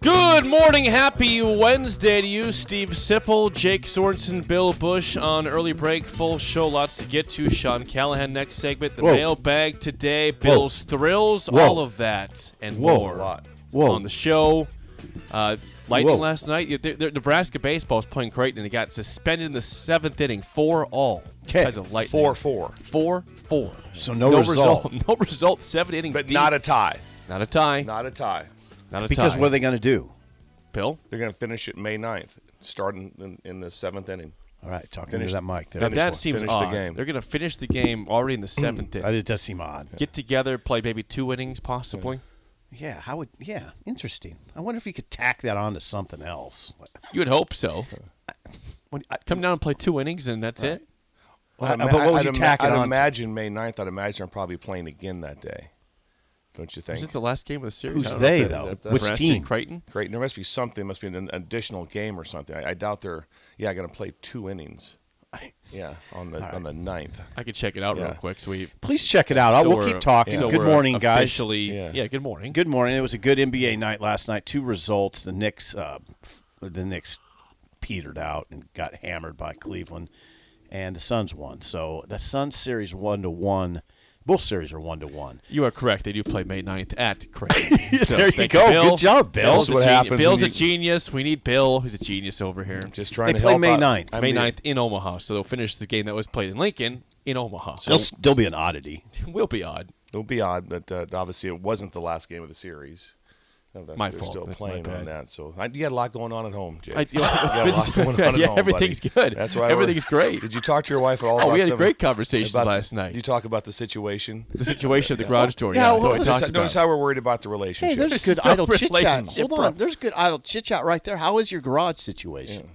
Good morning, happy Wednesday to you, Steve Sipple, Jake Sorensen, Bill Bush on early break. Full show, lots to get to. Sean Callahan next segment, the Whoa. mailbag today, Bill's thrills, Whoa. all of that and Whoa. more A lot. Whoa. on the show. Uh, Lightning Whoa. last night. yeah, they're- they're- Nebraska baseball is playing Creighton, and it got suspended in the seventh inning, four all because of lightning. Four four. four four. So no result. No result. Seven innings, But deep. not a tie. not a tie. Not, Not a tie. a Because tie. what are they going to do? Bill. They're going to finish it May 9th, starting in, in the seventh inning. All right, talking Finish- to that mic there. Now that seems finish the odd. game. They're going to finish the game already in the seventh that inning. just does seem odd. Get together, play maybe two innings possibly. Yeah, how would? Yeah, interesting. I wonder if you could tack that on to something else. What- You would hope so. what- I- Come down and play two innings, and that's it. well, I'd but ima- what would I'd you ima- tack it I'd on? to? imagine May 9th, I'd imagine I'm probably playing again that day. Don't you think? Is this the last game of the series? Who's I don't know. they that- though? that- that- Which Nebraska and team? Creighton. Great. There must be something. Must be an additional game or something. I, I doubt they're. Yeah, going to play two innings. Yeah, on the on the ninth. I could check it out real Yeah. quick. So we. Please check it out. I so Uh, we'll we're- keep talking. so good we're morning, guys. Officially, yeah. Yeah. Good morning. Good morning. It was a good NBA night last night. Two results. The Knicks, uh, the Knicks, petered out and got hammered by Cleveland, and the Suns won. So the Suns series one to one. Both series are one to one. You are correct. They do play May 9th at Creighton. So There you thank go. Bill. Good job, Bill. That's Bill's, a, what geni- happens when Bill's a you- genius. We need Bill. He's a genius over here. Just trying They to play help May out- 9th. I'm May the- 9th in Omaha. So they'll finish the game that was played in Lincoln in Omaha. They'll still be an oddity. will be odd. It'll be odd, but uh, obviously it wasn't the last game of the series. Uh, that My they're fault. Still That's my playing bad. on that, so I, you got a lot going on at home, Jake. I- yeah, You got it's a busy. lot going on at Yeah, home, everything's buddy. good. That's why we're- Everything's great. Did you talk to your wife at all? Oh, about we had seven- great conversations about- last night. Did you talk about the situation? the situation of the garage door. Yeah, Yeah, well, so I let's- talked Notice- Notice about. how we're worried about the relationship. Hey, there's good no idle chit chat. relationship Hold on, problem. there's good idle chit chat right there. How is your garage situation?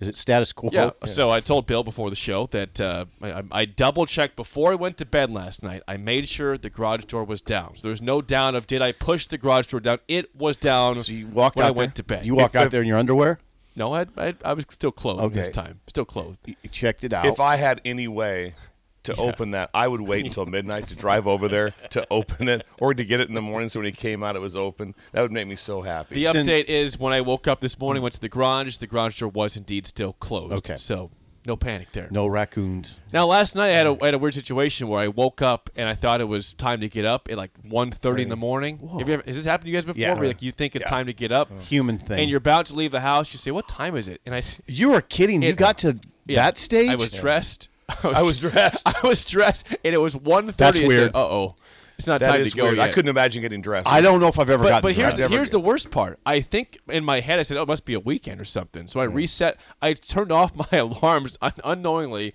Is it status quo? yeah, so I told Bill before the show that uh, I, I- I double checked before I went to bed last night. I made sure the garage door was down. So there was no doubt of did I push the garage door down? It was down So you walked when out I went there- to bed. You walk If- out there in your underwear. No, I, I, I was still clothed this Okay. time. Still clothed. You you checked it out. if I had any way to open that, I would wait until midnight to drive over there to open it or to get it in the morning so when he came out it was open. That would make me so happy. The Since- update is when I woke up this morning, went to the garage. The garage door was indeed still closed. Okay. So no panic there. no raccoons. Now last night I had a, I had a weird situation where I woke up and I thought it was time to get up at like 1.30 in the morning. Have you ever, has this happened to you guys before? Yeah. Where like you think it's time to get up, Human thing. and you're about to leave the house. You say, "What time is it?" And I s- You are kidding. you It- got to yeah, that stage. I was dressed. I was dressed. I was dressed, and it was 1.30. That's weird. Uh oh, it's not That time is to go weird. yet. I couldn't imagine getting dressed. I don't know if I've ever But, gotten. but here's, dressed. Never here's get- the worst part. I think in my head I said, "Oh, it must be a weekend or something." So I reset. I turned off my alarms un- unknowingly.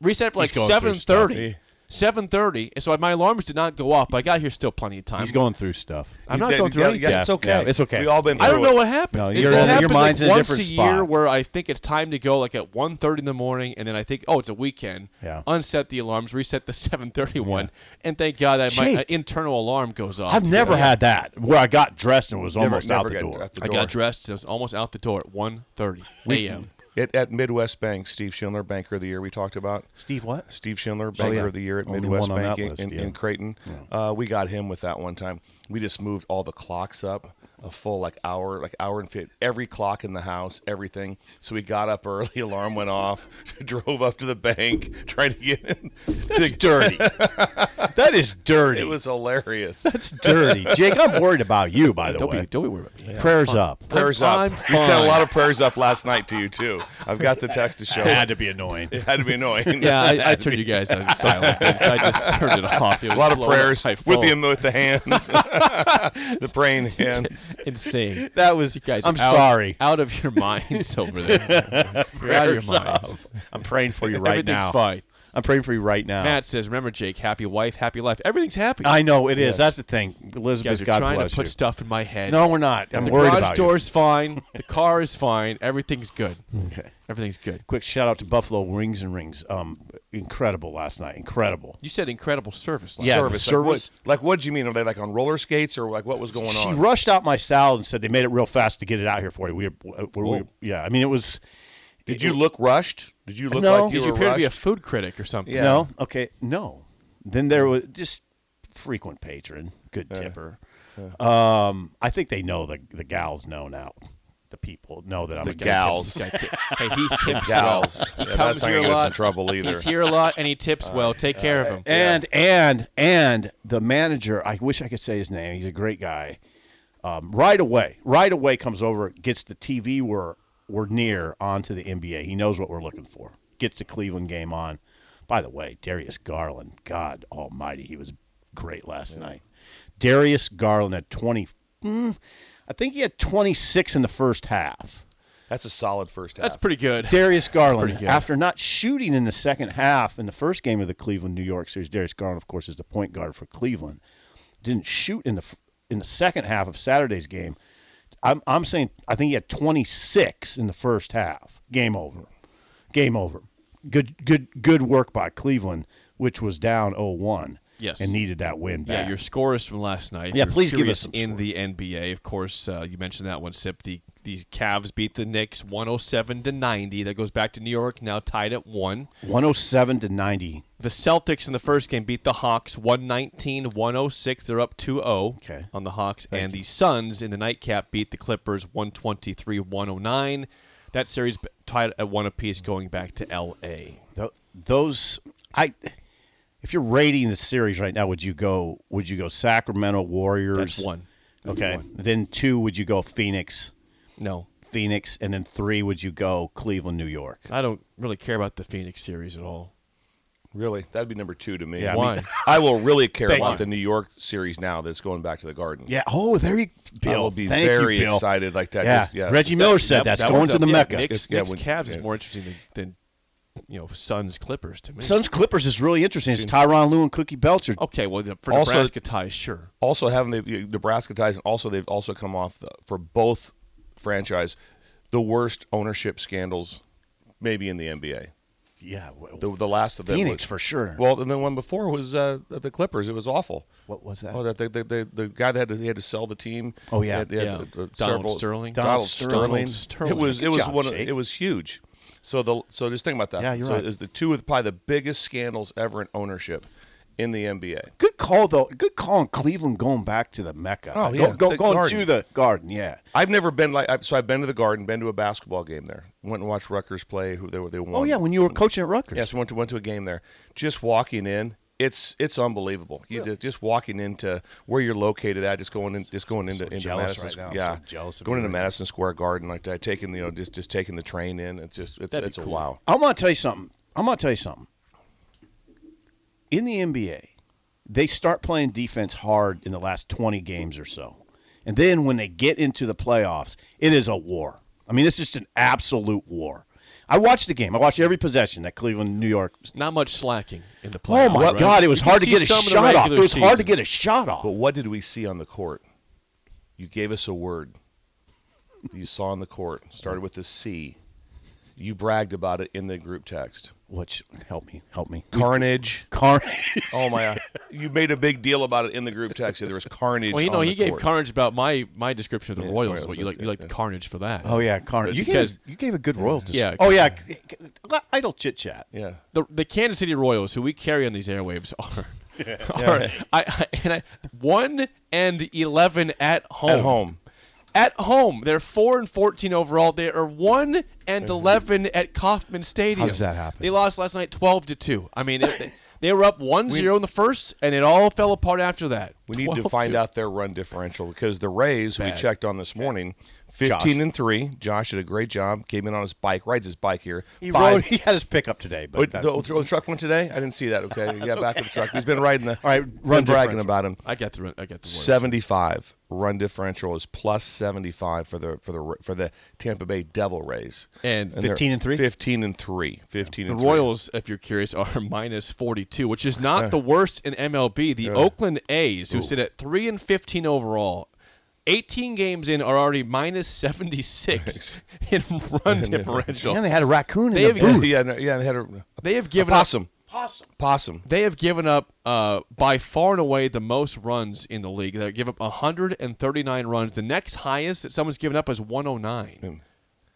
Reset for like going through seven thirty. Seven thirty. And so my alarms did not go off. But I got here still plenty of time. He's going through stuff. I'm You not did- going through yeah, anything. yeah, it's okay. Yeah, it's okay. We all been. I don't through know it. what happened. No, It you're just in- your happens, mind's in like a once different a year spot. where I think it's time to go, like at 1.30 in the morning, and then I think, oh, it's a weekend. Yeah. Unset the alarms, reset the seven thirty one, and thank God that my Jake. uh, internal alarm goes off. I've to never go. had that where I got dressed and was Never- almost never out the got door. out the I door. got dressed. and I was almost out the door at 1.30 a.m. It, at Midwest Bank, Steve Schindler, Banker of the Year, we talked about. Steve, what? Steve Schindler, Banker Oh, yeah. of the Year at Only Midwest one on that Bank in, list, in, yeah. in Creighton. Uh, we got him with that one time. We just moved all the clocks up a full like hour, like hour and fit every clock in the house, everything. So we got up early, alarm went off, drove up to the bank, tried to get in. That's dirty. that is dirty. It was hilarious. That's dirty. Jake, I'm worried about you. By the Don't way, be, don't be worried about me. prayers up. prayers I'm up. We sent fine. a lot of prayers up last night to you too. I've got the text to show. had to be annoying. It had to be annoying. Yeah, Had I, I to turned be. you guys on silent. I just, I just turned it off. It was A lot of blowing up prayers my with the phone. with the hands, the praying hands. insane. That was. You guys, I'm are out, sorry. out of your minds over there. You're out of your minds. I'm praying for you right Everything's now. fine. I'm praying for you right now. Matt says, "Remember, Jake, happy wife, happy life. Everything's happy." I know it is. Yes. That's the thing. you guys Elizabeth, are God trying bless to put you. stuff in my head. no, we're not. I'm the worried garage about you. door's fine. The car is fine. Everything's good. Everything's good. Quick shout out to Buffalo Rings and Rings. Um, incredible last night. Incredible. You said incredible service. Last Yeah, night. the service. service. Like, what, like what do you mean? Are they like on roller skates or like what was going She on? rushed out my salad and said they made it real fast to get it out here for you. We, uh, we, we Whoa. yeah. I mean, it was. Did you look rushed? Did you look No. like you Did You were appear to be a rushed? food critic or something. Yeah. No. Okay. No. Then there was just frequent patron, good tipper. Um, I think they know the the gals know now. The people know that I'm The a gal. gal. Gals. This guy ti- hey, he tips Gals. well. He Yeah, comes that's not here gonna a get us lot. in trouble either. He's here a lot, and he tips well. Take care of him. And and and the manager, I wish I could say his name. He's a great guy. Um, right away, right away comes over, gets the TV we're we're near onto the NBA. He knows what we're looking for. Gets the Cleveland game on. By the way, Darius Garland, God Almighty, he was great last night. Darius Garland had twenty. mm, I think he had twenty six in the first half. That's a solid first half. That's pretty good. Darius Garland, pretty good. after not shooting in the second half in the first game of the Cleveland New York series, Darius Garland, of course, is the point guard for Cleveland. Didn't shoot in the f- in the second half of Saturday's game. I'm I'm saying I think he had 26 in the first half. Game over. Game over. Good good good work by Cleveland, which was down 0-1. Yes. and needed that win back. Yeah, your scores from last night. Yeah, You're please give curious us some in scores. the NBA. Of course, uh, you mentioned that one. Sip the these Cavs beat the Knicks 107 to 90. That goes back to New York. Now tied at one. 107 to 90. The Celtics in the first game beat the Hawks 119 106. They're up 2 0 Okay. on the Hawks. and the Suns in the nightcap beat the Clippers 123 109. That series b- tied at one apiece going back to L.A. Th- those I if you're rating the series right now, would you go would you go Sacramento Warriors? That's one. That's Okay. one. Then two would you go Phoenix No. Phoenix and then three would you go Cleveland New York? I don't really care about the Phoenix series at all. really that'd be number two to me. Yeah, I mean- Why? I will really care Thank about you. the New York series now that's going back to the Garden. Yeah. Oh, there you Bill. I will be Thank you, very Bill. excited like that. Yeah. Just- yeah. Reggie Miller said That- that's that going one's to up- the yeah, Mecca. Knicks, Yeah, Knicks when- Cavs is yeah. more interesting than, than you know Suns Clippers to me. Suns Clippers is really interesting. It's Tyron Lue and Cookie Belcher. okay, well the- for Also- Nebraska ties, sure. also having the Nebraska ties, and also they've also come off the, for both franchise the worst ownership scandals maybe in the NBA. Yeah. w- The, the last of them Phoenix was- for sure. Well, and the one before was uh, the Clippers. It was awful. What was that? Oh, that the, the, the, the guy that had to, he had to sell the team. Oh, yeah. He had- he had, Yeah. uh, uh, Donald several- Sterling. Donald Donald Sterling. Sterling. Sterling. It was it Good was job, one. Of, Jake. it was huge. So the so just think about that. Yeah, you're so right. Is the two of probably the biggest scandals ever in ownership in the NBA. Good call though. Good call on Cleveland going back to the Mecca. Oh, go, yeah. go, The going Garden. to the Garden. Yeah. I've never been like I've, so. I've been to the Garden, been to a basketball game there. Went and watched Rutgers play. Who they were? They won. Oh yeah, when you were coaching at Rutgers. yes, went to went to a game there. Just walking in, it's it's unbelievable. You just, just walking into where you're located at, just going in, just going into, into jealous Madison. right Squ- now. I'm Yeah, so jealous of going you into right now. Madison Square Garden like that, taking you know just just taking the train in. It's just it's That'd be it's cool. a wow. I'm gonna tell you something. I'm gonna tell you something. In the NBA, they start playing defense hard in the last 20 games or so, and then when they get into the playoffs, it is a war. I mean, it's just an absolute war. I watched the game. I watched every possession that Cleveland, New York. Not much slacking in the playoffs. Oh my right? God! It was You hard to can see get a some in the shot off. It regular was hard to season. get a shot off. But what did we see on the court? You gave us a word. you saw on the court started with a C. You bragged about it in the group text. Which help me, help me. Carnage. Carnage. Oh my! You made a big deal about it in the group text. that There was carnage. Well, you know, on he the gave court. carnage about my my description of the Yeah, Royals. Royals, What you like? You yeah, like the carnage for that? Oh yeah, Carnage. You Because- gave a, you gave a good royal. dis- Yeah. Oh yeah. Idle chit chat. Yeah. the the Kansas City Royals, who we carry on these airwaves, are. are I, I, and I, one and eleven at home. At home. At home, they're four and fourteen overall. They are one and eleven at Kauffman Stadium. does that happen? They lost last night, twelve to two. I mean, it, they, they were up 1-0 in the first, and it all fell apart after that. We need to 12 find out their run differential because the Rays we bad. checked on this morning 15 Josh. and 3. Josh did a great job. Came in on his bike, rides his bike here. He Five- rode. He had his pickup today, Oh, but that- the old, old truck one today? I didn't see that. Okay, yeah, back to the truck. He's been riding the. All right, run bragging differential. about him. I got the run- I got the Warriors. 75 run differential is plus 75 for the for the for the Tampa Bay Devil Rays. And they're 15 and three? 15 and 3. 15 The and Royals, if you're curious, are minus 42, which is not the worst in MLB. The Oakland A's, who sit at 3 and 15 overall, 18 games in, are already minus 76 in run and differential. they had a raccoon in They the have- booth. Three. Yeah, yeah, no, yeah, they had a, They have a given up. possum. Possum. Possum. They have given up uh, by far and away the most runs in the league. They give up 139 runs. The next highest that someone's given up is 109.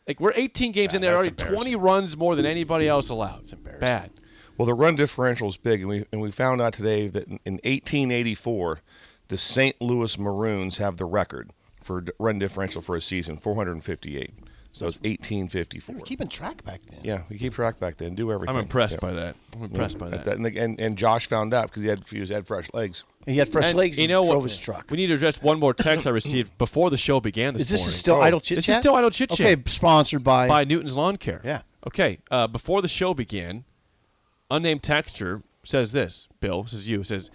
Like we're 18 games in, they're already 20 runs more than anybody else allowed. It's embarrassing. Bad. Well, the run differential is big, and we and we found out today that in in 1884, the St. Louis Maroons have the record for d- run differential for a season, 458. So it's 1854. They were keeping track back then. yeah, we keep track back then. Do everything. I'm impressed Yeah. by that. I'm impressed by that. At that- And, and and Josh found out because he had he was- had fresh legs. And he had fresh And legs. you and know drove what? his truck. We need to address one more text I received before the show began this Is this Oh. morning. is still idle chit chat? This is still idle chit chat. Okay, sponsored by. by Newton's Lawn Care. Yeah. Okay. Uh, before the show began, unnamed texture says this. Bill, this is you. Says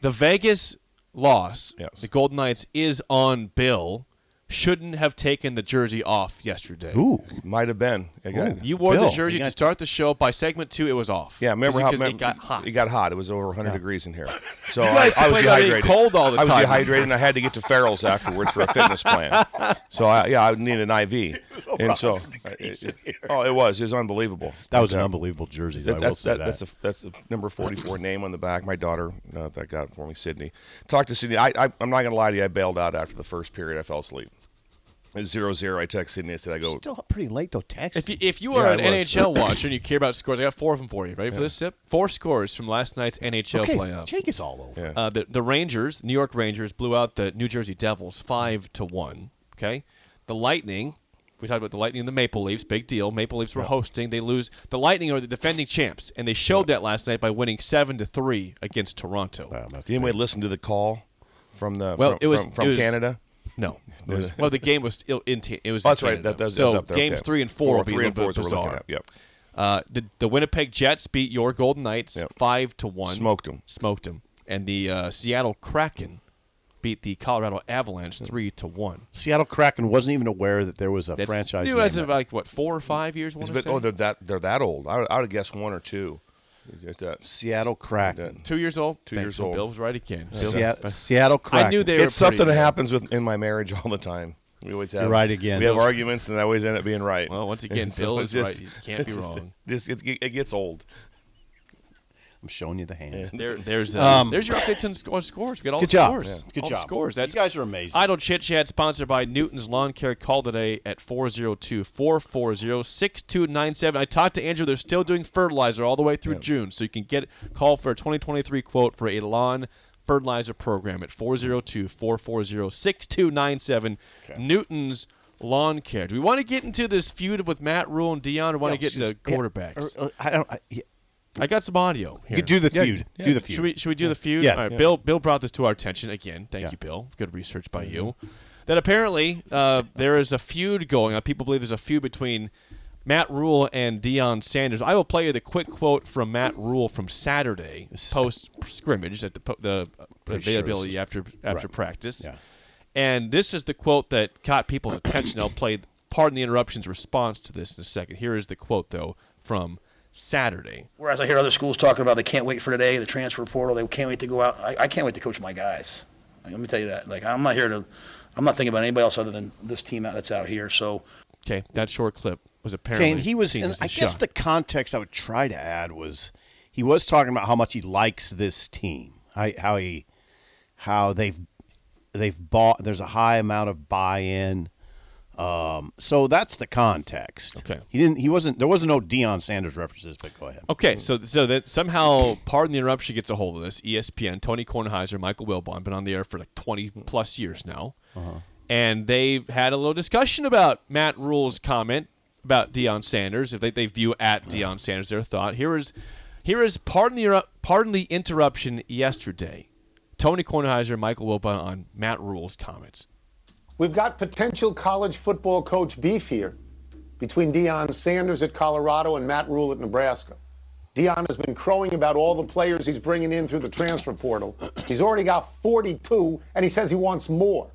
the Vegas loss, Yes. the Golden Knights is on Bill. Shouldn't have taken the jersey off yesterday. Ooh, Might have been. It got- You wore Bill, the jersey you to got- start the show. By segment two, it was off. Yeah, remember how Because it remember- got hot. It got hot. It was over 100 degrees in here. So guys I, complain I was about being dehydrated. cold all the I was time. dehydrated, and I had to get to Farrell's afterwards for a fitness plan. So I, yeah, I needed an IV, and so uh, it- it- oh, it was it was unbelievable. that was an unbelievable jersey. Though, I will that's, say that. that's a that's a number 44 name on the back. My daughter uh, that got it for me, Sydney. Talked to Sydney. I, I I'm not gonna lie to you. I bailed out after the first period. I fell asleep. It's zero zero. I text Sydney. I said, I go. still pretty late though. Text. If you, if you are Yeah, an it was. NHL watcher and you care about scores, I got four of them for you. Ready for this sip? Four scores from last night's NHL okay, playoffs. Jake is all over. Yeah. Uh, the the Rangers, New York Rangers, blew out the New Jersey Devils five to one. Okay, the Lightning. We talked about the Lightning and the Maple Leafs. Big deal. Maple Leafs were hosting. They lose. The Lightning are the defending champs, and they showed that last night by winning seven to three against Toronto. Did anybody listen to the call from the Well, from, it was from, from it was- Canada? No, it was- well, the game was still in. Ta- it was. Oh, in that's right. Canada. That does so that's up there. games okay. three and four will be a three little and four bit is what we're looking bizarre. at. Uh, Yep. the the Winnipeg Jets beat your Golden Knights Yep. five to one. Smoked 'em. Smoked them. And the uh, Seattle Kraken beat the Colorado Avalanche three to one. Seattle Kraken wasn't even aware that there was a That's franchise. new name as of that- like what four or five years. It's Want a to bit, say? oh, they're that they're that old. I, would- I would have guessed one or two. Is it uh, that- Seattle Kraken. two years old. Two Thank years you. old. Bill was right again. Bill- Seattle, Seattle Kraken. I knew they were. It's something pretty that good. happens with in my marriage all the time. We always have You're right again. We have Those- arguments, and I always end up being right. Well, once again, So Bill it's is right. He just can't it's be just- wrong. Just, it's, it gets old. I'm showing you the hand. There, there's uh, there's your updates on sc- on scores. We got all Good the job. scores. Good all the job. scores. That's You guys are amazing. Idle Chit Chat sponsored by Newton's Lawn Care. Call today at 402-440-6297. I talked to Andrew. They're still doing fertilizer all the way through June, so you can get call for a 2023 quote for a lawn fertilizer program at 402-440-6297. Newton's Lawn Care. Do we want to get into this feud with Matt Rule and Dion? Or want to get into quarterbacks? Or- or- I don't. I, yeah. I got some audio here. er, You do the feud. Do the feud. Should we should we do the feud? Yeah. All right, Bill Bill brought this to our attention again. Thank Yeah. you, Bill. Good research by you. That apparently uh, there is a feud going on. People believe there's a feud between Matt Rule and Deion Sanders. I will play you the quick quote from Matt Rule from Saturday post scrimmage at the po- the uh, availability after after practice. Yeah. And this is the quote that caught people's attention. I'll play pardon the interruptions response to this in a second. Here is the quote though from Saturday. Whereas I hear other schools talking about they can't wait for today, the transfer portal, they can't wait to go out. I, I can't wait to coach my guys. Like, let me tell you that. Like I'm not here to, I'm not thinking about anybody else other than this team out that's out here. So Okay, that short clip was apparently. Kane, he was. seen And as I a guess shot. the context I would try to add was he was talking about how much he likes this team. How, how he, how they've, they've bought. There's a high amount of buy-in. Um, so that's the context. Okay. He didn't. He wasn't. There wasn't no Deion Sanders references. But go ahead. Okay, so so that somehow, pardon the interruption, gets a hold of this. E ESPN, Tony Kornheiser, Michael Wilbon, been on the air for like twenty plus years now, Uh-huh. and they had a little discussion about Matt Rule's comment about Deion Sanders. If they, they view at Deion Sanders, their thought here is, here is pardon the interrup- pardon the interruption yesterday. Tony Kornheiser, Michael Wilbon on Matt Rule's comments. We've got potential college football coach beef here between Deion Sanders at Colorado and Matt Rule at Nebraska. Deion has been crowing about all the players he's bringing in through the transfer portal. He's already got 42, and he says he wants more.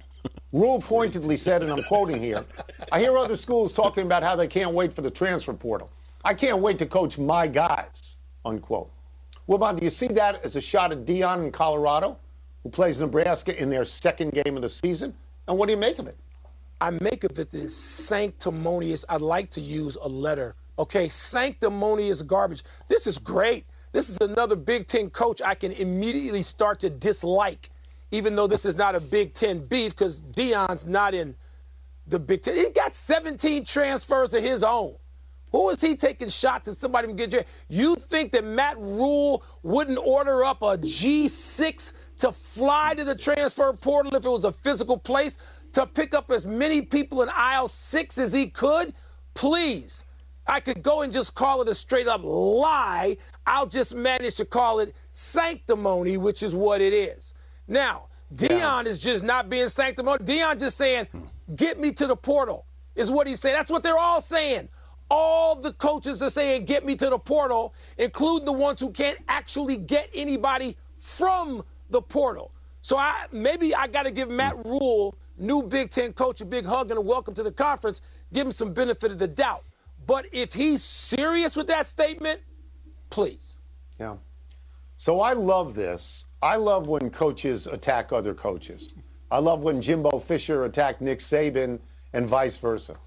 Rule pointedly said, and I'm quoting here I hear other schools talking about how they can't wait for the transfer portal. I can't wait to coach my guys, unquote. Wilbon, do you see that as a shot at Dion in Colorado, who plays Nebraska in their second game of the season? And what do you make of it? I make of it this sanctimonious. I like to use a letter. Okay, sanctimonious garbage. This is great. This is another Big Ten coach I can immediately start to dislike, even though this is not a Big Ten beef because Dion's not in the Big Ten. He got 17 transfers of his own. Who is he taking shots at somebody from get you? You think that Matt Rule wouldn't order up a G6 to fly to the transfer portal if it was a physical place to pick up as many people in aisle six as he could? Please. I could go and just call it a straight up lie. I'll just manage to call it sanctimony, which is what it is. Now, Dion is just not being sanctimonious. Dion just saying, get me to the portal, is what he's saying. That's what they're all saying. All the coaches are saying, get me to the portal, including the ones who can't actually get anybody from the portal. So I maybe I got to give Matt Rule, new Big Ten coach, a big hug and a welcome to the conference. Give him some benefit of the doubt. But if he's serious with that statement, please. Yeah. So I love this. I love when coaches attack other coaches. I love when Jimbo Fisher attacked Nick Saban and vice versa.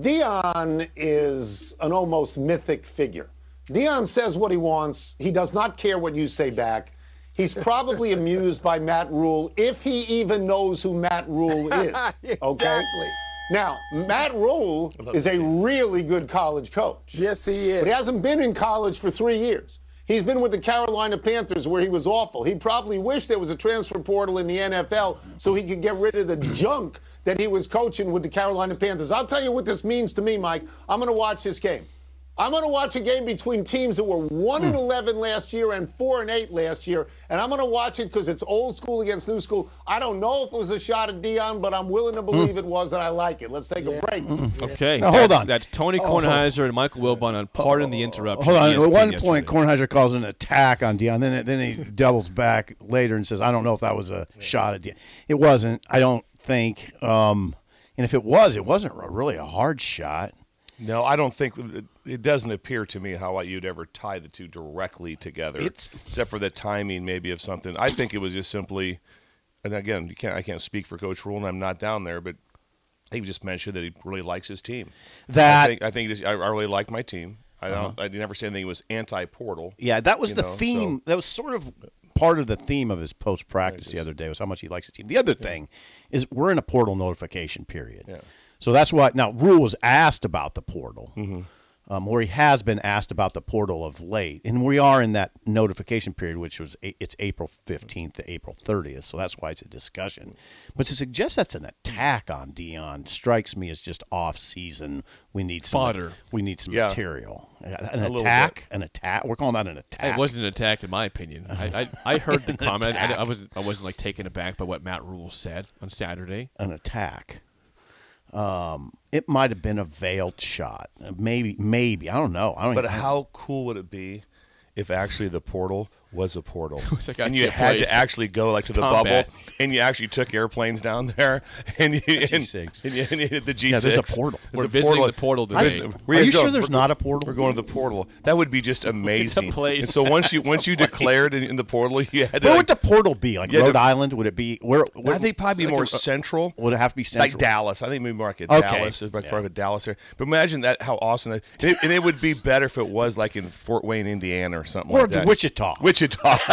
Dion is an almost mythic figure. Dion says what he wants. He does not care what you say back. He's probably amused by Matt Rule if he even knows who Matt Rule is. Okay. Exactly. Now, Matt Rule is a really good college coach. Yes, he is. But he hasn't been in college for three years. He's been with the Carolina Panthers where he was awful. He probably wished there was a transfer portal in the NFL so he could get rid of the junk that he was coaching with the Carolina Panthers. I'll tell you what this means to me, Mike. I'm going to watch this game. I'm going to watch a game between teams that were 1 and 11 last year and 4 and 8 last year, and I'm going to watch it because it's old school against new school. I don't know if it was a shot at Dion, but I'm willing to believe it was, and I like it. Let's take a break. Okay, Now, hold that's- on. That's Tony Oh, hold on. Kornheiser and Michael Wilbon on Pardon the E Interruption. Hold on. At ESPN one point, yesterday. Kornheiser calls it an attack on Dion. Then then he doubles back later and says, "I don't know if that was a shot at Dion. It wasn't. I don't think. Um, and if it was, it wasn't a- really a hard shot. No, I don't think it doesn't appear to me how you'd ever tie the two directly together, It's- except for the timing maybe of something. I think it was just simply, and again, you can't I can't speak for Coach Rule, and I'm not down there, but he just mentioned that he really likes his team. I That Uh-huh. think, I, think he just, I, I really like my team. I don't. I never said anything that was anti-portal. Yeah, that was you the know, so- theme. That was sort of part of the theme of his post practice the other day was how much he likes the team. The other thing is we're in a portal notification period. Yeah. So that's why now Rule was asked about the portal, Mm-hmm. um, or he has been asked about the portal of late, and we are in that notification period, which was a- it's April fifteenth to April thirtieth. So that's why it's a discussion. But to suggest that's an attack on Dion strikes me as just off season. We need some Fodder. We need some Yeah. material. An little bit. attack. An attack. We're calling that an attack. It wasn't an attack, in my opinion. I, I, I heard the comment. I, I wasn't I wasn't like taken aback by what Matt Rule said on Saturday. an attack. Um, it might have been a veiled shot. Maybe, maybe I don't know. I don't. But even- how cool would it be if actually the portal was a portal, like and you actually a had place. to actually go like to the combat. bubble, and you actually took airplanes down there, and you and, G6. and you, and you hit the G6. there's a portal. There's We're a visiting the portal I- today. We're are just you going- sure there's we're- not a portal? We're going to the portal. That would be just amazing. place. And so once you once you declared in, in the portal, you had to. Where like- would the portal be? Like Yeah, Rhode the- Island? Would it be where? where I think probably like more a- central. would it have to be central? Like Dallas, I think maybe more like a Okay. Dallas, is like more Yeah. like a Dallas area. But imagine that how awesome that, and it, and it would be better if it was like in Fort Wayne, Indiana, or something or like that. Wichita? Wichita,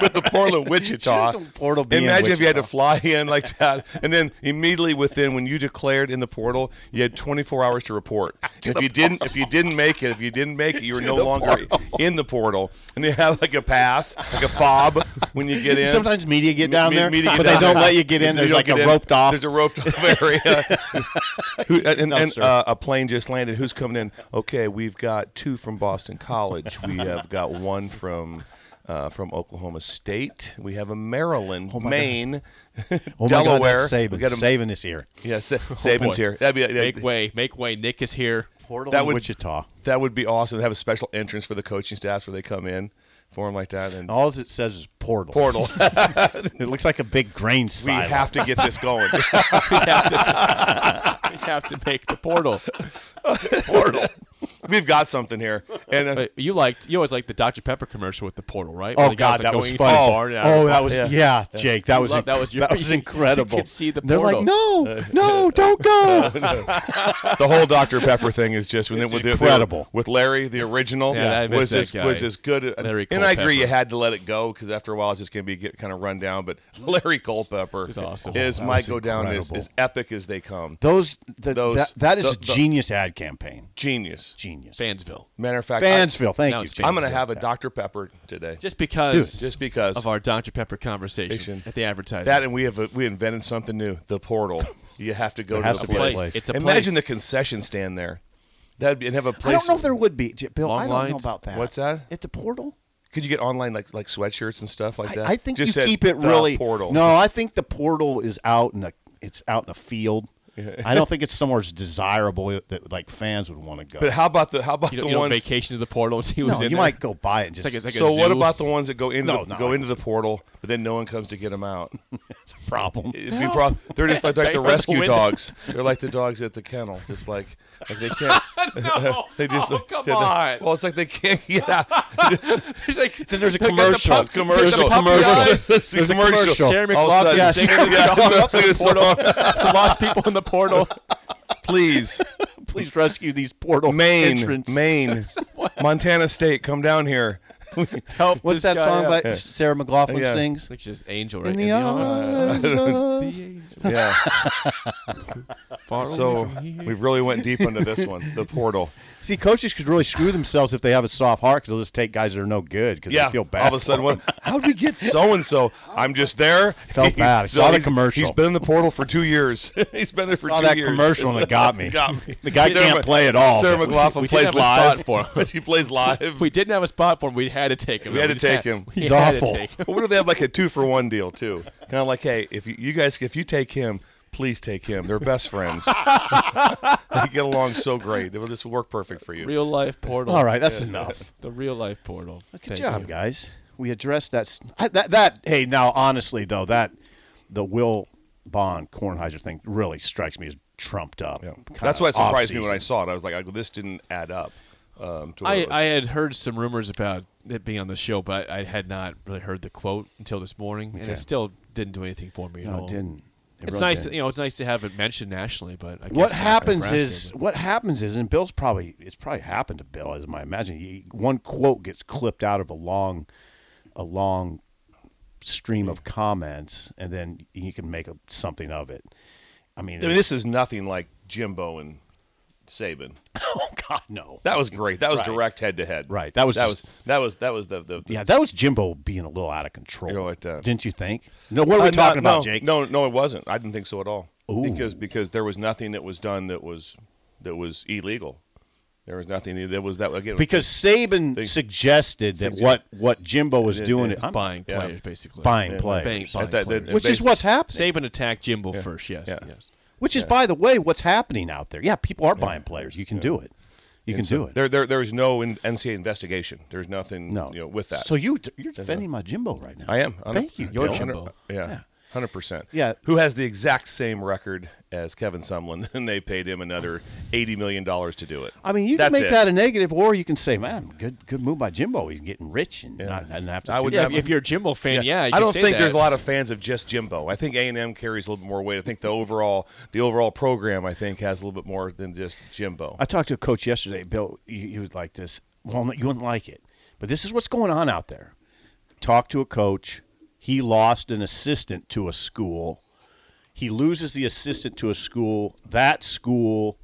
with the portal of Wichita. Shouldn't the portal be in Imagine if you had to Wichita? fly in like that, and then immediately within when you declared in the portal, you had 24 hours to report. if you didn't, if you didn't make it, if you didn't make it, you were no longer in the portal, and they have like a pass, like a fob when you get in. Sometimes media get Me- down me- there, media get but down they don't there. let you get in. You There's don't like get a in. roped off. There's a roped off area. Who, and No, and sir. uh, a plane just landed. Who's coming in? Okay, we've got two from Boston College. We have got one from uh, from Oklahoma State. We have a Maryland, Oh, my God. Maine, Oh my Delaware. God, that's Saban. We got a- Saban is here. Yeah, Sa- boy. Saban's here. That'd be, Make that'd, way, make way. Nick is here. Portal That in would- Wichita. that would be awesome. to Have a special entrance for the coaching staffs where they come in for them like that. And All it says is Oh, portal. portal. It looks like a big grain we silo. have to get this going. We have to, we have to make the portal. portal. We've got something here. And uh, But you liked, you always liked the Dr Pepper commercial with the portal, right? Where Oh the guy God, was, that was like, going funny. into the bar and out of oh, the that was Yeah. yeah, Jake. That You was love- inc- that was your- that was you incredible. could see the They're like, no, no, don't go. the whole Dr Pepper thing is just when it was incredible. with Larry, the original. Yeah, I miss was that as, guy. was as good. Larry and I agree, Culpepper. you had to let it go because after a while, it's just going to be get kind of run down. But Larry Culpepper He's awesome. is that might was go down as, incredible. as epic as they come. Those, the, Those- that, that is the- a the- genius ad campaign. Genius. Genius. Fansville. Matter of fact, I- Fansville, thank Now you. it's Jake. I'm going to have a Dr Pepper today. Just because, Dude. Just because. of our Dr Pepper conversation at the advertisement. That and we have we invented something new. The portal. You have to go There to has the to be a place. place. It's a Imagine place. the concession stand there. That'd be and have a I place. don't know if there would be J- Bill. Long I don't know lines. about that. What's that? At the portal? could you get online like like sweatshirts and stuff like I, that. I think Just you said, keep it "The really. portal. No, I think the portal is out in the. It's out in the field. I don't think it's somewhere as desirable that like fans would want to go. But how about the how about you, don't- the you don't ones? vacation to the portal and see who's no, you in there. might go buy it. And just like- it's like a so what zoo? about the ones that go into No, the, not go like- into the portal, but then no one comes to get them out? it's a problem. It'd be prob- they're just like, like the Bang on the rescue window. dogs. They're like the dogs at the kennel, just like like they can't. No, They just oh, like- come they're on. like- Well, it's like they can't get out. It's like- Then there's a Look at the commercial. pup- There's a there's a commercial. commercial. There's a commercial. Sarah All of a McLachlan sudden- singing the Yeah, song up singing in the a portal. The lost people in the portal. Please, Please rescue these portal Maine, entrants. Maine, Montana State, come down here. Help What's that song by Sarah McLaughlin Yeah. sings? It's just angel right In the eyes of- Yeah. Far away So from here. we really went deep into this one, the portal. See, coaches could really screw themselves if they have a soft heart because they'll just take guys that are no good because Yeah. they feel bad. All of a sudden, for one, how'd we get so and so? I'm just there. Felt bad. I saw the he's- commercial. He's been in the portal for two years. he's been there for them. saw two that years. commercial and it got me. Got me. The guy Sarah can't Mc- play at all. Sarah but- McLaughlin we did plays have a live. spot for him. she plays live. If we didn't have a spot for him, we had to take him. We had to just take him. we He's had to awful. take him. But what if they have like a two for one deal too? Kind of like, hey, if you, you guys, if you take him, please take him. They're best friends. they get along so great. They will just work perfect for you. Real life portal. All right, that's enough. The real life portal. Good job, guys. We addressed that, s- I- that. That hey, now honestly though, that the Will Bond Kornheiser thing really strikes me as trumped up. Yeah. Kinda That's what surprised me when I off-season. saw it. I was like, I, this didn't add up. Um, to what I, it was. I had heard some rumors about it being on the show, but I had not really heard the quote until this morning, and Okay. it still didn't do anything for me at No, all. it didn't. It it's really nice, didn't. to, you know. It's nice to have it mentioned nationally, but I guess what not in happens Nebraska, is but- what happens is and bill's probably it's probably happened to bill as i imagine he, one quote gets clipped out of a long a long stream of comments and then you can make a, something of it i mean, I mean, it's- this is nothing like Jimbo and Saban. oh god no That was great. That was Right. direct head to head. Right. That was that just- was that was that was the the. the yeah that was jimbo being a little out of control You know what, uh, didn't you think no what are we Uh, no, talking no, about jake No, no, it wasn't. I didn't think so at all. Ooh. Because because there was nothing that was done that was that was illegal. There was nothing that was that again. because saban They- suggested that what what jimbo was doing it- I'm buying yeah. players, basically buying Yeah. players. Buying- buying That- that- players. which is Basi- what's happening Saban attacked Jimbo first. Yes, Yeah. yes. Which is, by the way, what's happening out there. Yeah, people are buying players. You can do it. You can do it. there there there was no in, NCAA investigation. There's nothing. no, you know, with that. So you you're defending my Jimbo right now. I am. I'm- Thank you. Your Bill. Jimbo. Yeah. Hundred percent. Yeah. Who has the exact same record as Kevin Sumlin, and they paid him another eighty million dollars to do it. I mean, you can That's make it. that a negative, or you can say, "Man, good good move by Jimbo. He's getting rich and not, doesn't have to." I do would that." Yeah, Yeah, if, if you're a Jimbo fan, yeah, you I can don't say think there's that. a lot of fans of just Jimbo. I think A and M carries a little bit more weight. I think the overall the overall program I think has a little bit more than just Jimbo. I talked to a coach yesterday, Bill. He, he was like this. Well, you wouldn't like it, but this is what's going on out there. Talk to a coach. He lost an assistant to a school. He loses the assistant to a school. That school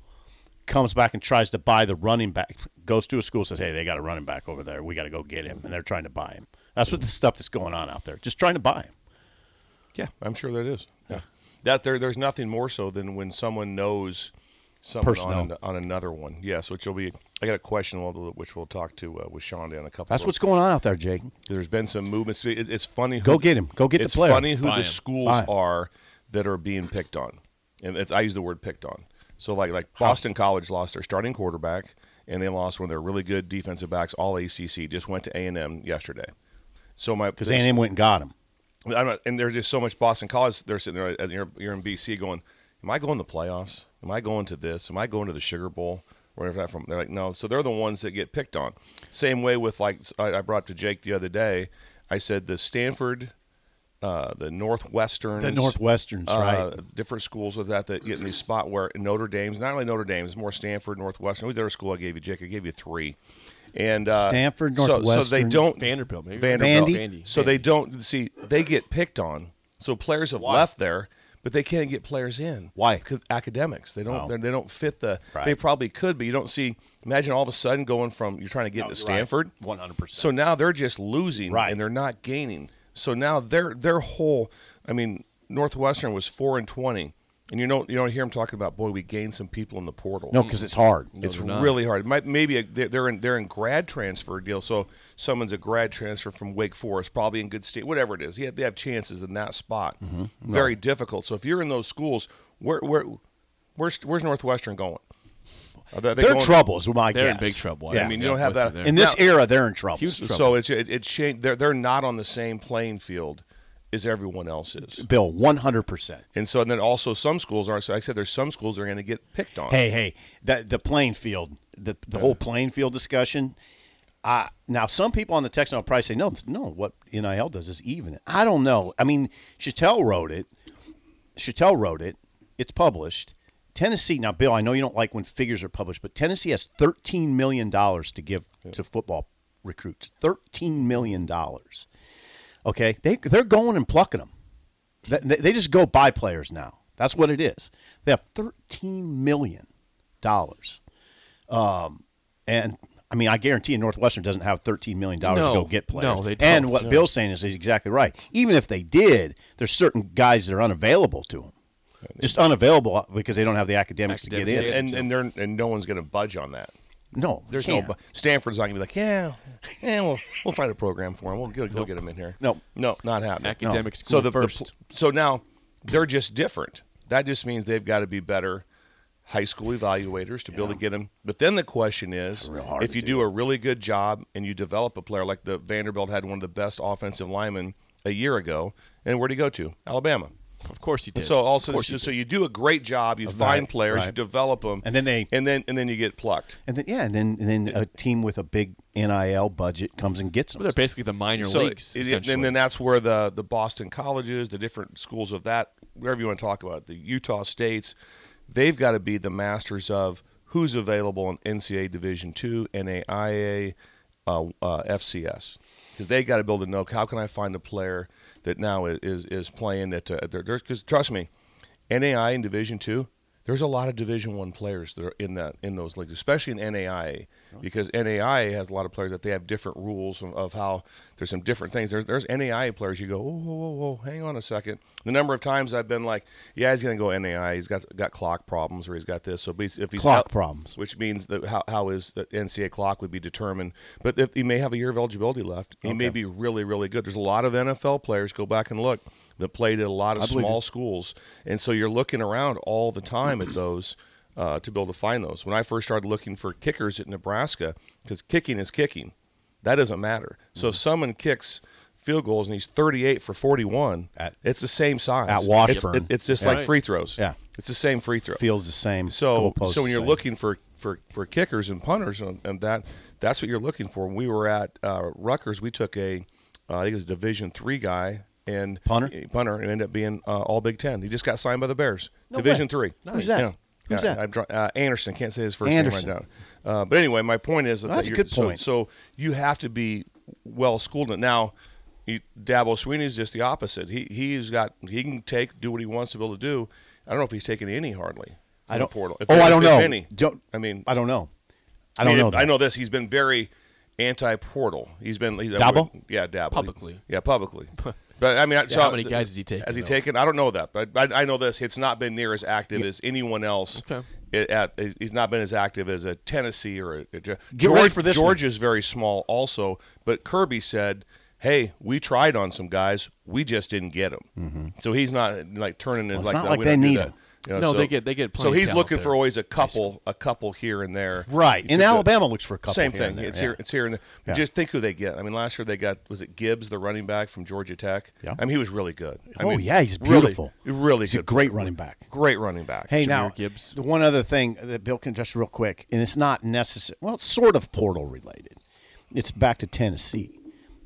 comes back and tries to buy the running back. Goes to a school says, "Hey, they got a running back over there. We got to go get him." And they're trying to buy him. That's what the stuff that's going on out there. Just trying to buy him. yeah, I'm sure that is. Yeah. That there there's nothing more so than when someone knows someone Personnel. on, an- on another one. Yes, which will be I got a question, we'll- which we'll talk to uh, with Sean in a couple. That's what's going on out there, Jake. There's been some movements. It- It's funny. Who, Go get him. Go get the it's player. funny who Buy him. the schools Buy him. are that are being picked on, and it's, I use the word picked on. So like like Boston College lost their starting quarterback, and they lost one of their really good defensive backs, all ACC. Just went to A and M yesterday. So my Because A&M went and got him. I'm not, and there's just so much Boston College. They're sitting there, and you're, you're in BC going, "Am I going to the playoffs? Am I going to this? Am I going to the Sugar Bowl?" Wherever that from, they're like, "No." So they're the ones that get picked on. Same way with like I, I brought to Jake the other day. I said the Stanford, uh, the Northwestern, The Northwesterns, right? Different schools with that that get in the spot where Notre Dame's not only Notre Dame's more Stanford, Northwestern. Who's the other school I gave you, Jake? I gave you three. And uh, Stanford, so- So, they Northwestern, don't Vanderbilt, maybe. Vanderbilt. Vandy? Vandy. So they don't see they get picked on. So players have left there, but they can't get players in. Why? 'Cause academics. They don't. Oh. they're- They don't fit the. Right. They probably could, but you don't see. Imagine all of a sudden going from you're trying to get to Stanford. 100%. So now they're just losing, Right. and they're not gaining. So now their their whole. I mean, Northwestern was four and twenty, and you don't you don't hear them talking about boy we gained some people in the portal. Mm-hmm. No, because it's hard. It's really hard. It might, maybe a, they're they're in they're in grad transfer deal. So someone's a grad transfer from Wake Forest, probably in good state, whatever it is. Yeah, they have chances in that spot. Mm-hmm. Very difficult. So if you're in those schools, where where where's where's Northwestern going? Are they, They're in going- trouble, is my They're in guess. big trouble. Yeah. I mean, you don't have with that- you there. In this Now- era, they're in trouble. So it's it, it's changed. They're they're not on the same playing field as everyone else is. Bill, 100%. And so and then also some schools are. So like I said there's some schools that are going to get picked on. Hey, hey, the, the playing field, the, the whole playing field discussion. I, now, some people on the text will probably say, no, no, what NIL does is even it. I don't know. I mean, Chattel wrote it. Chattel wrote it. It's published. Tennessee, now, Bill, I know you don't like when figures are published, but Tennessee has $13 million to give to football recruits. $13 million. Okay, they they're going and plucking them. They, they- they just go buy players now. That's what it is. They have thirteen million dollars, um, and I mean, I guarantee you Northwestern doesn't have thirteen million dollars No, to go get players. no, they And don't, what no. Bill's saying is he's exactly right. Even if they did, there's certain guys that are unavailable to them, just unavailable uh, because they don't have the academics, to Academics get to in. get and and they're and no one's going to budge on that. No, There's can't. no Stanford's not gonna be like, yeah, yeah, we'll we'll find a program for him. We'll go, go get him in here. Nope. no, not happening. Academic so school the, the pl- first. so now they're just different. That just means they've got to be better high school evaluators to be able to get them. But then the question is, Real hard if to you do a really good job and you develop a player like the Vanderbilt had one of the best offensive linemen a year ago, and where would he go to? Alabama. Of course he did. So also, course you so you do a great job. You find players, you right. develop them, And then they- and then and then you get plucked. And then yeah, and then and then a team with a big NIL budget comes and gets them. But they're basically the minor leagues. it- it- essentially. and then that's where the the Boston colleges, the different schools of that, wherever you want to talk about it, the Utah states, they've got to be the masters of who's available in NCAA Division two, NAIA, uh, uh, FCS, because they got to be able to know how can I find a player that now is is, is playing that uh, there- there's because trust me, NAI in Division two. There's a lot of Division One players that are in that in those leagues, especially in NAI, because NAI has a lot of players that they have different rules of, of how there's some different things. There's there's NAI players you go, whoa, whoa, whoa, whoa, hang on a second. The number of times I've been like, yeah, he's gonna go NAI. He's got got clock problems or he's got this. So bas- if he's Clock out- problems. which means that how how his the NCAA clock would be determined. But if he may have a year of eligibility left, he may be really really good. There's a lot of NFL players. Go back and look that played at a lot of small schools, and so you're looking around all the time at those. Uh, to be able to find those. When I first started looking for kickers at Nebraska, because kicking is kicking, that doesn't matter. So Mm-hmm. if someone kicks field goals and he's 38 for 41, At- it's the same size. At It's- Washburn. it- it's just like Right. free throws. Yeah. It's the same free throw Fields the same. so goalposts so when the you're same. looking for, for, for kickers and punters and, and that that's what you're looking for. When we were at uh, Rutgers, we took a uh, I think it was a Division three guy and Punter? eh, punter and ended up being uh, all Big Ten. He just got signed by the Bears, Division way. three. Who's that? Who's that? I'm dr- uh, Anderson can't say his first Anderson. name right now. Uh, but anyway, my point is that That's a you're- good so- point. So, you have to be well schooled in it. Now, you, Dabo Sweeney's just the opposite. He he's got he can take do what he wants to be able to do. I don't know if he's taking any hardly. I from don't. the portal. If oh, there- I don't if know. Any. Don't. I mean? I don't know. I don't mean, know. I that. know this. He's been very anti-portal. He's been he's, Dabo? Yeah, Dabble. Publicly. Yeah, publicly. But I mean, I- so how many guys has he taken, Has he though? taken? I don't know that, but I, I know this. It's not been near as active as anyone else Okay. it- at, he's not been as active as a Tennessee or a, a Ge- Get ready for this one. Georgia's very small also, but Kirby said, "Hey, we tried on some guys, we just didn't get them." So he's not like turning his Mm-hmm. it's like, not "No, like we they don't do need that." 'em. You No, know, they get- they get So plenty of he's talent looking there. for always a couple, a couple here and there. Right. And Because the- Alabama looks for a couple Same here thing. and there, It's yeah. here. It's here and there. Yeah. Just think who they get. I mean, last year they got was it Gibbs, the running back from Georgia Tech. Yeah. I mean, he was really good. I oh mean, yeah, he's really- beautiful. Really, he's a good. great running back. Great running back. Hey, now Gibbs. the one other thing that Bill can just real quick, and it's not necessary. Well, it's sort of portal related. It's back to Tennessee.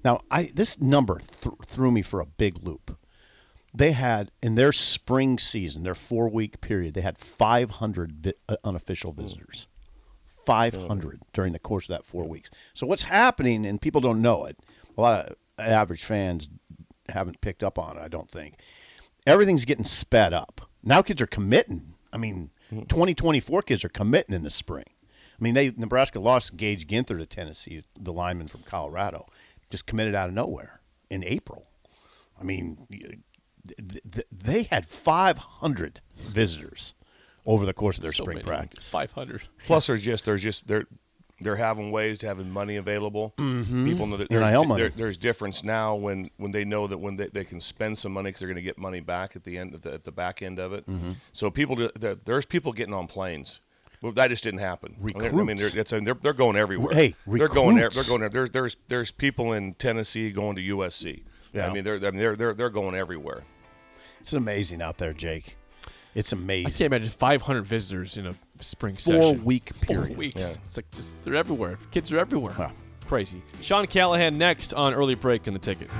Now, I this number th- threw me for a big loop. They had in their spring season, their four week period, they had 500 vi- uh, unofficial Hmm. visitors. 500 during the course of that four weeks. So what's happening, and people don't know it. A lot of average fans haven't picked up on it. I don't think everything's getting sped up. Now kids are committing. I mean, Mm-hmm. 2024 kids are committing in the spring. I mean, they Nebraska lost Gage Ginther to Tennessee, the lineman from Colorado, just committed out of nowhere in April. I mean, y- th- th- they had 500 visitors over the course of their So spring many. practice. 500. Plus, there's just there's just they're they're having ways to having money available. Mm-hmm. People know that there's, NIL money. there- there's difference now when when they know that when they, they can spend some money because they're going to get money back at the end of the, at the back end of it. Mm-hmm. So people do- there, there's people getting on planes. Well, that just didn't happen. I mean, I mean, they're, Recruits. it's- they're, they're going everywhere. Hey, they're going. They're recruits. going. There's there's there's people in Tennessee going to USC. Yeah. I mean, they're, I mean, they're they're they're going everywhere. It's amazing out there, Jake. It's I amazing. can't imagine 500 visitors in a spring Four session. week period. Four weeks. Yeah. It's like just they're everywhere. Kids are everywhere. Crazy. Sean Callahan next on early break in the ticket.